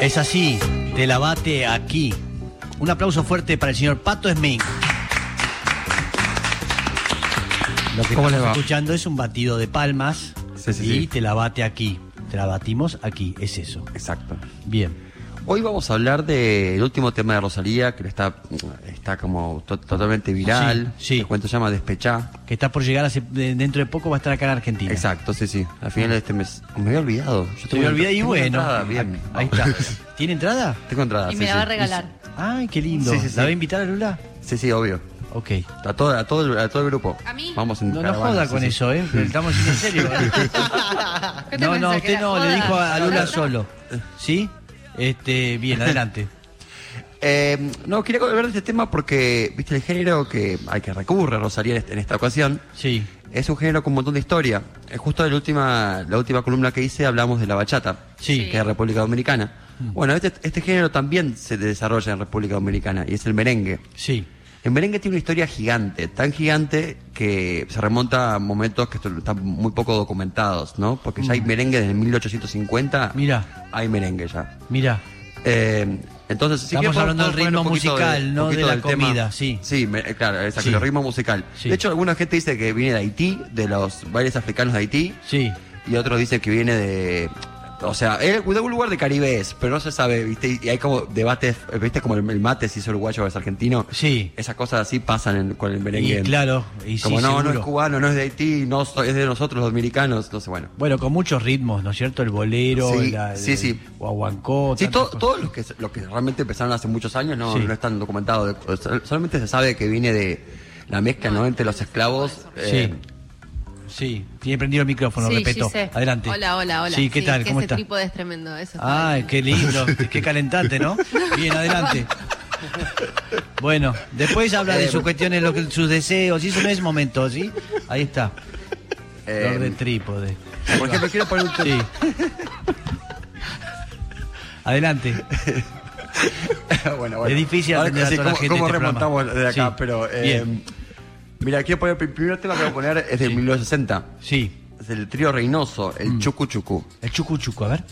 Es así, te la bate aquí. Un aplauso fuerte para el señor Pato Smith. Lo que ¿Cómo estamos les va? escuchando es un batido de palmas Sí, sí, y sí. te la bate aquí. Te la batimos aquí, es eso. Exacto. Bien. Hoy vamos a hablar del último tema de Rosalía, que está, está como to- totalmente viral. Sí, sí. El cuento se llama Despechá. Que está por llegar, hace- de- dentro de poco va a estar acá en Argentina. Exacto, sí, sí. Al final de este mes. Me había olvidado. Yo Te me olvidé y tengo bueno. entrada, bien. Ahí está. ¿Tiene entrada? Tengo entrada. Y sí, me la va a sí. regalar. Ay, qué lindo. Sí, sí, sí. ¿La va a invitar a Lula? Sí, sí, obvio. Ok. A todo, a todo, el- a todo el grupo. ¿A mí? Vamos en No, no caravana, joda sí, con sí. eso, ¿eh? Pero Estamos en serio. ¿eh? ¿Qué te No, no, pensás, que usted era no, le joda? dijo a Lula ¿Verdad? solo. ¿Sí? Este, bien, adelante. Eh, no, quería hablar de este tema porque, viste, el género que hay que recurre Rosalía en este- en esta ocasión Sí. es un género con un montón de historia. Eh, Justo la última, la última columna que hice hablamos de la bachata, Sí. Mm. que es de República Dominicana. Bueno, este, este género también se desarrolla en República Dominicana y es el merengue. Sí. El merengue tiene una historia gigante, tan gigante que se remonta a momentos que esto- están muy poco documentados, ¿no? Porque ya hay merengue desde 1850. Mm. Mira. Hay merengue ya. Mira, Eh, entonces, si Estamos querés, hablando podemos del poner un ritmo poquito musical, un no poquito de la del tema. comida, sí. Sí, me- eh, claro, exacto, Sí. el ritmo musical. Sí. De hecho, alguna gente dice que viene de Haití, de los bailes africanos de Haití, sí. y otros dicen que viene de... O sea, es de un lugar de Caribe es, pero no se sabe, ¿viste? Y- Y hay como debates, eh, ¿viste? Como el, el mate, si es uruguayo o es argentino. Sí. Esas cosas así pasan en- con el merengue. Y claro, y sí, como no, seguro. no es cubano, no es de Haití, no so- es de nosotros los dominicanos, no sé, bueno. Bueno, con muchos ritmos, ¿no es cierto? El bolero, Sí, la, sí, sí. el guaguancó. Sí, tantas to- cosas. todos los que, los que realmente empezaron hace muchos años no, Sí. no están documentados. de- sol- solamente se sabe que viene de la mezcla ¿no? entre los esclavos. eh, Sí, tiene prendido el micrófono, Sí, repito. Gise. Adelante. Hola, hola, hola. Sí, ¿qué tal? que ¿Cómo ese está? trípode es tremendo. Eso está Ay, bien. qué lindo, qué calentante, ¿no? Bien, adelante. Bueno, después habla de Eh, sus cuestiones, lo que, sus deseos, y eso no es momento, ¿sí? Ahí está. Eh, Flor de trípode. por ejemplo, quiero poner un Sí. Adelante. bueno, Es difícil Ahora atender a sí, toda la ¿cómo- gente ¿Cómo en este remontamos programa? de acá? Sí. Pero. eh, Bien. mira, quiero poner. El primer tema que voy a poner es del 1960. Sí. Es el trío Reynoso, Mm. el Chucu Chucu. El chucu chucu, a ver.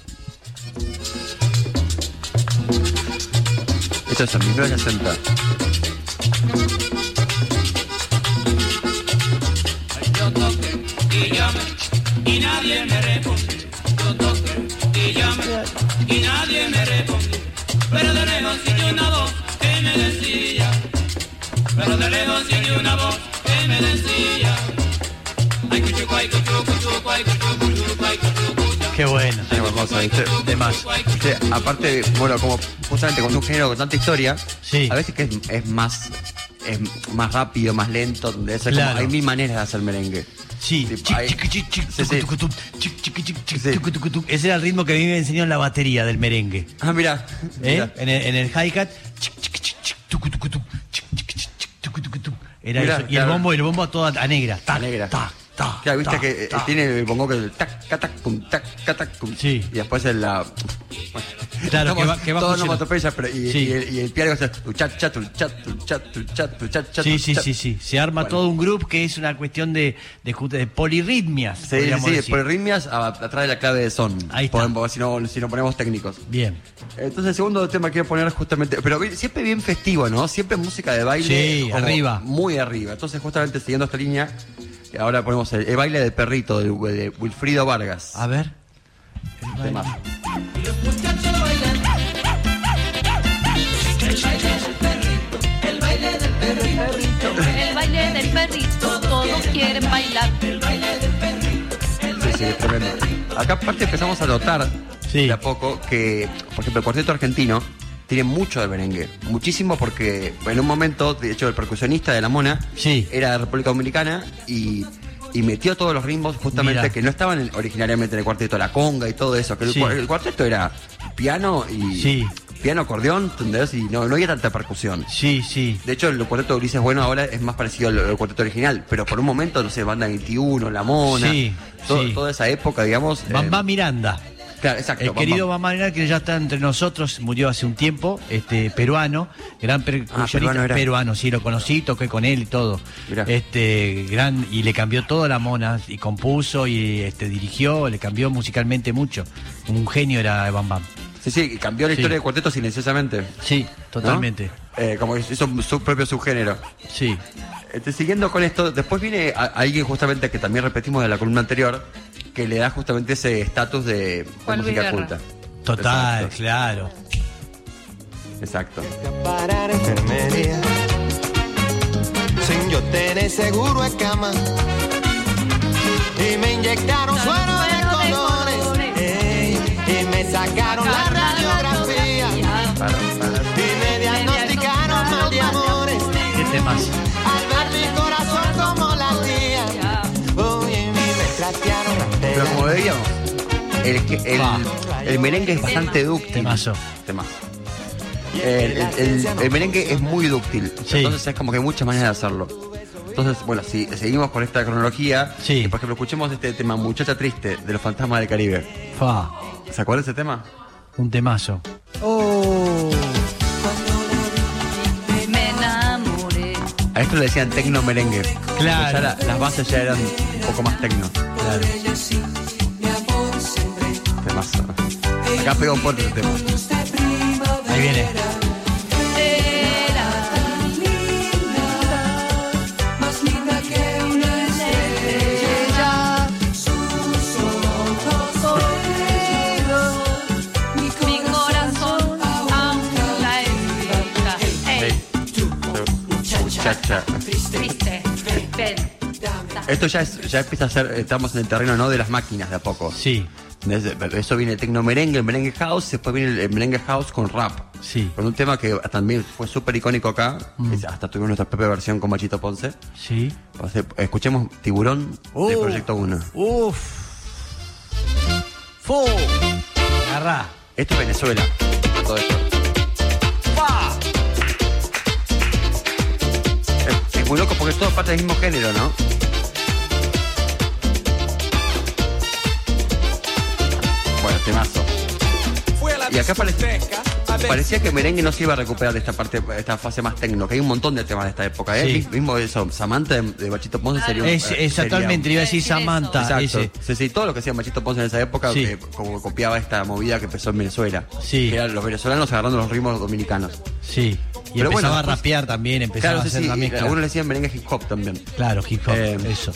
Esto es el 1960. Yo toqué y llamé y nadie me respondió. Yo toqué y llamé y nadie me respondió. Pero de lejos sigue una voz que me decía. Pero de lejos sigue una voz que me decía. Ay, cuchuco, ay, cuchuco, cuchuco, ay, cuchuco, cuchuco, ay, cuchuco, ya. Qué bueno. Tema hermoso, ¿viste? De más. Viste, Aparte, bueno, como justamente con un género con tanta historia, Sí. a veces que es, es más es más rápido, más lento, donde es como- Claro. hay mil maneras de hacer merengue. Sí. Tipo, Chic, hay- chic, chic, chic, Sí, sí. tucu, tucu, tuc, chic, chic, chic, chic, Sí. tucu, tucu, tuc. Ese era el ritmo que a mí me enseñó en la batería del merengue. Ah, mira. ¿Eh? mira. En el, en el hi-hat. chic, chic, chic, chic, tucu, tucu, tuc, chic, chic, chic, chic, tucu, tucu, tuc. Era Mirá, eso. Y el claro. bombo, el bombo a toda a negra. Ta, A negra. ta, ta, Claro, viste ta, que eh, ta. tiene el bongo que el tac, catac, pum, tac, catac, pum. Sí. Y después el la. Claro, que va, Estamos que va todos funcionando. onomatopeya, pero y, Sí. y el, y el piano hace tu chat, chat, tu chat, tu chat, tu chat, tu chat, chat, Sí, tu sí, chat. sí, sí. Se arma Bueno. todo un grupo que es una cuestión de, de, ju- de polirritmias. Sí, podríamos sí, sí, decir. por ritmias a- atrás de la clave de son. Ahí está. Podemos- Si no, si no ponemos técnicos. Bien. Entonces, el segundo tema que quiero poner justamente, pero bien- siempre bien festivo, ¿no? Siempre música de baile. Sí, como arriba. Muy arriba. Entonces, justamente siguiendo esta línea, ahora ponemos el, el baile del perrito de, de Wilfrido Vargas. A ver. Temazo. El baile del perrito, todos quieren bailar. Sí, sí, es tremendo. Acá aparte empezamos a notar Sí. de a poco que, por ejemplo, el cuarteto argentino tiene mucho de merengue. Muchísimo porque en un momento, de hecho, el percusionista de La Mona Sí. era de República Dominicana y, y metió todos los ritmos justamente Mira. que no estaban en- originariamente en el cuarteto, la conga y todo eso. Que el, Sí. cua- el cuarteto era piano y Sí. piano, acordeón, ¿entendés? Y no, no había tanta percusión. Sí, sí. De hecho, el cuarteto de Ulises Bueno ahora es más parecido al, al cuarteto original, pero por un momento, no sé, Banda 21, La Mona, Sí, to- sí. toda esa época, digamos. eh, Bamba Miranda. claro, exacto. El Bam querido Bam. Bamba Miranda, que ya está entre nosotros, murió hace un tiempo, este peruano, gran percusionista Ah, peruano peruano, era. sí, lo conocí, toqué con él y todo. Mirá. Este gran y le cambió toda la mona y compuso y este dirigió, le cambió musicalmente mucho. Un genio era Bam Bam. Sí, sí, y cambió la Sí. historia de cuarteto silenciosamente. ¿no? Sí, totalmente. Eh, como que hizo su propio subgénero. Sí. Este, siguiendo con esto, después viene a- alguien justamente que también repetimos de la columna anterior, que le da justamente ese estatus de, de Juan Luis música Guerra. culta. Total, Exacto. claro. Exacto. parar enfermería sin yo tener seguro en cama y me inyectaron Claro, suero suero de de colores colores. ey, y me sacaron la radiografía Para, para. y me diagnosticaron mal de amores ¿Qué temas? al ver mi corazón como latía uy y me trastearon la Pero tela como veíamos, el, que- el, Va. el merengue es bastante dúctil. Temazo. Temazo. El, el- el- el merengue es muy dúctil. Sí. Entonces es como que hay muchas maneras de hacerlo. Entonces, bueno, si seguimos con esta cronología, Sí. y, por ejemplo, escuchemos este tema Muchacha Triste de los Fantasmas del Caribe. Fa, ¿Se acuerdan de ese tema? un temazo. Me enamoré. A esto le decían tecno merengue. Claro. Ya la- las bases ya eran un poco más tecno. Claro. Temazo. Acá pega un poco el tema. Ahí viene. Era tan linda, más linda que una estrella. Sus ojos mi corazón aún la espera. Ey, Muchacha. triste, ven. Esto ya, es- ya empieza a ser, estamos en el terreno no de las máquinas de a poco. Sí. Desde- Eso viene el tecno merengue, el merengue house, después viene el, el merengue house con rap. Sí. Mm. Con un tema que también fue súper icónico acá, es- hasta tuvimos nuestra propia versión con Machito Ponce. Sí. O sea, Escuchemos Tiburón de Uh. Proyecto 1. Uf. Fu. Agarrá. Esto es Venezuela. Todo esto. Es, es muy loco porque es todo parte del mismo género, ¿no? Bueno, temazo. Y acá pare- parecía que merengue no se iba a recuperar de esta parte, esta fase más técnica, que hay un montón de temas de esta época. ¿eh? Sí. Mismo eso, Samantha de, de Machito Ponce sería un- Es, eh, sería exactamente, le iba a decir Decir eso. Samantha. Exacto. ese. Sí, sí, todo lo que hacía Machito Ponce en esa época, Ah, Sí. que como copiaba esta movida que empezó en Venezuela. Sí. Que eran los venezolanos agarrando los ritmos dominicanos. Sí. Y empezaba Pero bueno, a después- rapear también, empezaba a sí, hacer sí, la y mezcla. Algunos le decían merengue hip hop también. Claro, hip hop, Eh, eso.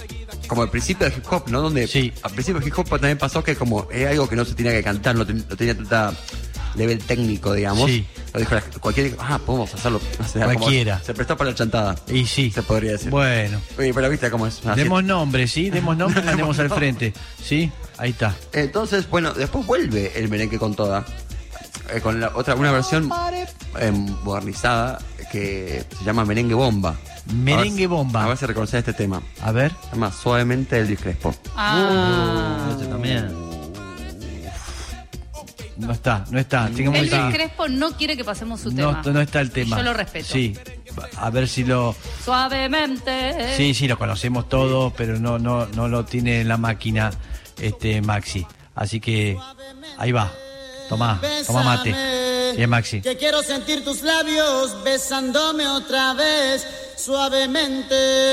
Como al principio del hip hop, ¿no? Donde Sí. al principio del hip hop también pasó que como es algo que no se tenía que cantar, no, ten- no tenía tanta nivel técnico, digamos. Sí. Lo dijo la- cualquiera, dijo, ah, podemos hacerlo. O sea, como Cualquiera. se prestó para la chantada. Y sí. Se podría decir. Bueno. Oye, pero viste cómo es. Así- Demos nombre, Ah, ¿sí? Demos nombre y mandemos al Demos frente. ¿Sí? Ahí está. Entonces, bueno, después vuelve el merengue con toda. eh, con la otra, una versión eh, modernizada que se llama Merengue Bomba. Merengue A ver- Bomba. A ver si reconoces este tema. A ver. Se llama Suavemente Elvis Crespo. Uh, Ah. Este No está, no está. Sigamos Elvis así. Crespo no quiere que pasemos su no, tema. no está el tema. Yo lo respeto. Sí. A ver si lo. Suavemente. eh, Sí, sí, lo conocemos todo, pero no, no, no lo tiene en la máquina este Maxi. Así que ahí va. Tomá, toma mate. Bien, Maxi. Que quiero sentir tus labios besándome otra vez suavemente.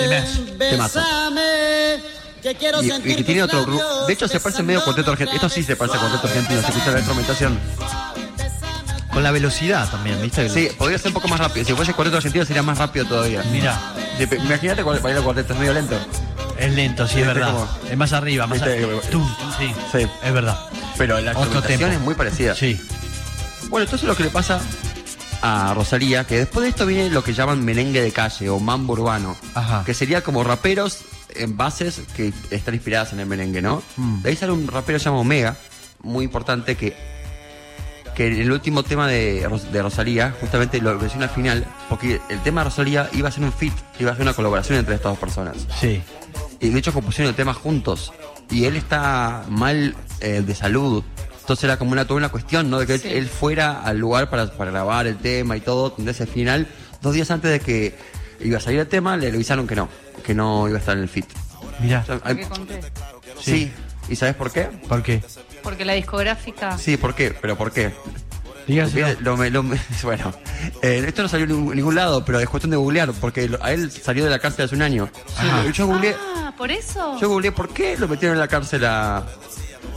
Temazo, temazo. Besame. Que quiero Y, y sentir que tiene tus otro grupo. labios De hecho, se parece medio cuarteto besándome argentino. Esto sí se parece a cuarteto argentino. Se escucha la instrumentación. Con la velocidad también, ¿viste? Sí, podría ser un poco más rápido. Si fuese cuarteto argentino sería más rápido todavía. Mira, Sí, pe- Imagínate cuál el cuarteto, es medio lento. es lento, sí, es Viste verdad. cómo- Es más arriba, más Viste, arriba. eh, Tum, tum, sí, sí. es verdad. Pero la Otro instrumentación tempo. es muy parecida. Sí, Bueno, entonces lo que le pasa a Rosalía, que después de esto viene lo que llaman merengue de calle o mambo urbano, Ajá. que sería como raperos en bases que están inspiradas en el merengue, ¿no? De ahí sale un rapero llamado Omega, muy importante, que, que en el último tema de, Ros- de Rosalía, justamente lo menciona al final, porque el tema de Rosalía iba a ser un fit, iba a ser una colaboración entre estas dos personas. sí. Y de hecho compusieron el tema juntos. Y él está mal eh, de salud. Entonces era como una, toda una cuestión, ¿no? De que él- él fuera al lugar para, para grabar el tema y todo. Entonces al final, dos días antes de que iba a salir el tema, le avisaron que no, que no iba a estar en el fit. Mira, O sea, Porque hay- conté. sí. ¿Y sabes por qué? ¿por qué? Porque la discográfica. Sí, ¿por qué? ¿Pero por qué? Dígaselo. Porque lo me- lo me- bueno, eh, esto no salió en ningún- ningún lado, pero es cuestión de googlear, porque lo- a él salió de la cárcel hace un año. Yo googleé, Ah, por eso. Yo googleé por qué lo metieron en la cárcel a,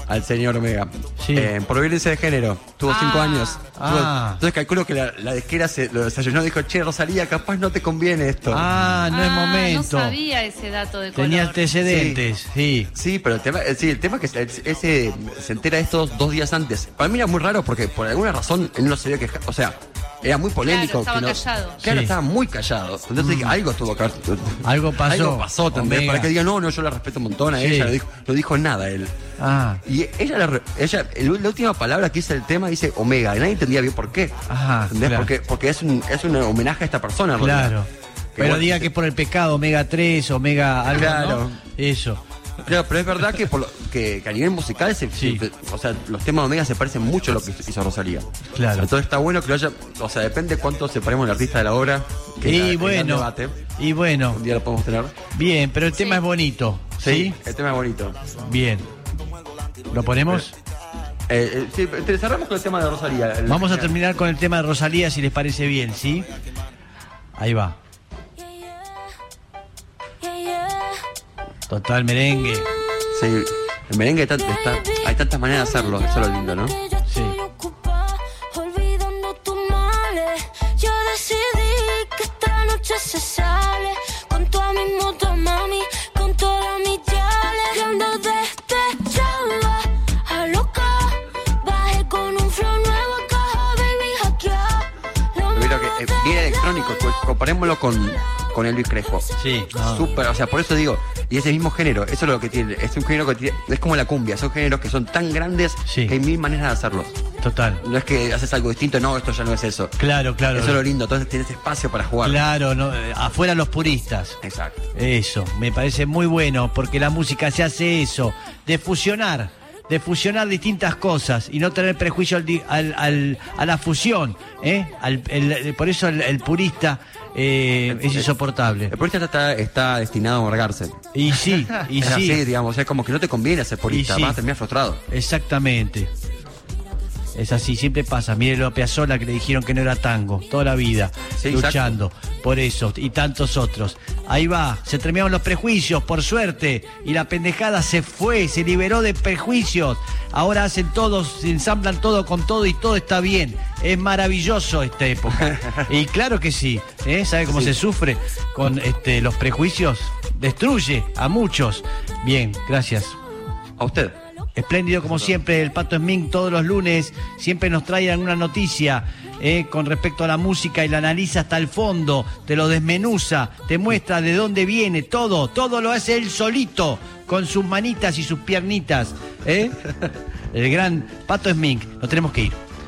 al señor Omega. Sí. Eh, por violencia de género. Tuvo cinco años. Ah. Entonces calculo que la, la disquera se lo desayunó y dijo, che, Rosalía, capaz no te conviene esto. Ah, no es Ah, momento. No sabía ese dato de color. Tenía antecedentes, sí. Sí, pero el tema, eh, sí, el tema que se- ese se entera de esto dos días antes. Para mí era muy raro porque por alguna razón él no se vio que, o sea, era muy polémico. estaba que no- callado. Claro, Sí. Mm. estaba muy callado. Entonces dije, algo estuvo acá. Algo pasó, Algo pasó también. Omega. Para que diga, no, no, yo la respeto un montón a Sí. ella. No dijo, no dijo nada él. Ah, Y ella, la, re- ella el- la última palabra que dice el tema dice Omega. Y nadie entendía bien por qué. Ajá, ¿Entendés? claro. Porque, porque es, un, es un homenaje a esta persona. en realidad. claro. Que Pero bueno, diga que es por el pecado, omega 3, omega algo, Claro. ¿no? Eso. Claro, pero es verdad que, por lo- que, que a nivel musical, se, Sí. se- o sea, los temas de Omega se parecen mucho a lo que hizo Rosalía. Claro. Entonces está bueno que lo haya, o sea, depende cuánto separemos el artista de la obra. que la- que Y el bueno, debate. y bueno, Un día lo podemos tener. bien, pero el tema es bonito, ¿sí? El tema es bonito. Bien. ¿Lo ponemos? Eh, eh, sí, te- cerramos con el tema de Rosalía. El- Vamos a terminar con el tema de Rosalía, si les parece bien, ¿sí? Ahí va. Total merengue. Sí. El merengue hay, tan- está- hay tantas maneras de hacerlo, eso es lo lindo, ¿no? Sí. Olvidando tus males, yo decidí que esta noche se sale con tu mismo moto, mami, con todas mis chales. Que ando despechada, a loca, bajé con un flow nuevo, caja, baby, hackea. No me Mira que eh, bien electrónico, pues, comparémoslo con, con Elvis Crespo. Sí. Ah. Súper, o sea, por eso digo, y ese mismo género, eso es lo que tiene, es un género que tiene, es como la cumbia, son géneros que son tan grandes Sí. que hay mil maneras de hacerlos. Total. No es que haces algo distinto, no, esto ya no es eso. Claro, claro. Eso es lo lindo, entonces tienes espacio para jugar. Claro, no, eh, afuera los puristas. Exacto. Eso, me parece muy bueno, porque la música se hace eso, de fusionar, de fusionar distintas cosas y no tener prejuicio al, di- al- al- a la fusión. ¿eh? Al- el- el- por eso el, el purista eh, es insoportable. El purista está, está destinado a amargarse. Y sí, y es así, sí, digamos, es como que no te conviene ser purista, sí. vas a terminar frustrado. exactamente. Es así, siempre pasa. Mírelo a Piazzolla que le dijeron que no era tango, toda la vida, Sí, exacto. luchando por eso y tantos otros. Ahí va, se terminaron los prejuicios, por suerte, y la pendejada se fue, se liberó de prejuicios. Ahora hacen todos, se ensamblan todo con todo y todo está bien. Es maravilloso esta época. y claro que sí, ¿eh? ¿sabe cómo se sufre con este, los prejuicios? Destruye a muchos. Bien, gracias. A usted. Espléndido como siempre, el Pato Smink todos los lunes siempre nos trae alguna noticia eh, con respecto a la música y la analiza hasta el fondo, te lo desmenuza, te muestra de dónde viene, todo, todo lo hace él solito, con sus manitas y sus piernitas. ¿eh? El gran Pato Smink, nos tenemos que ir.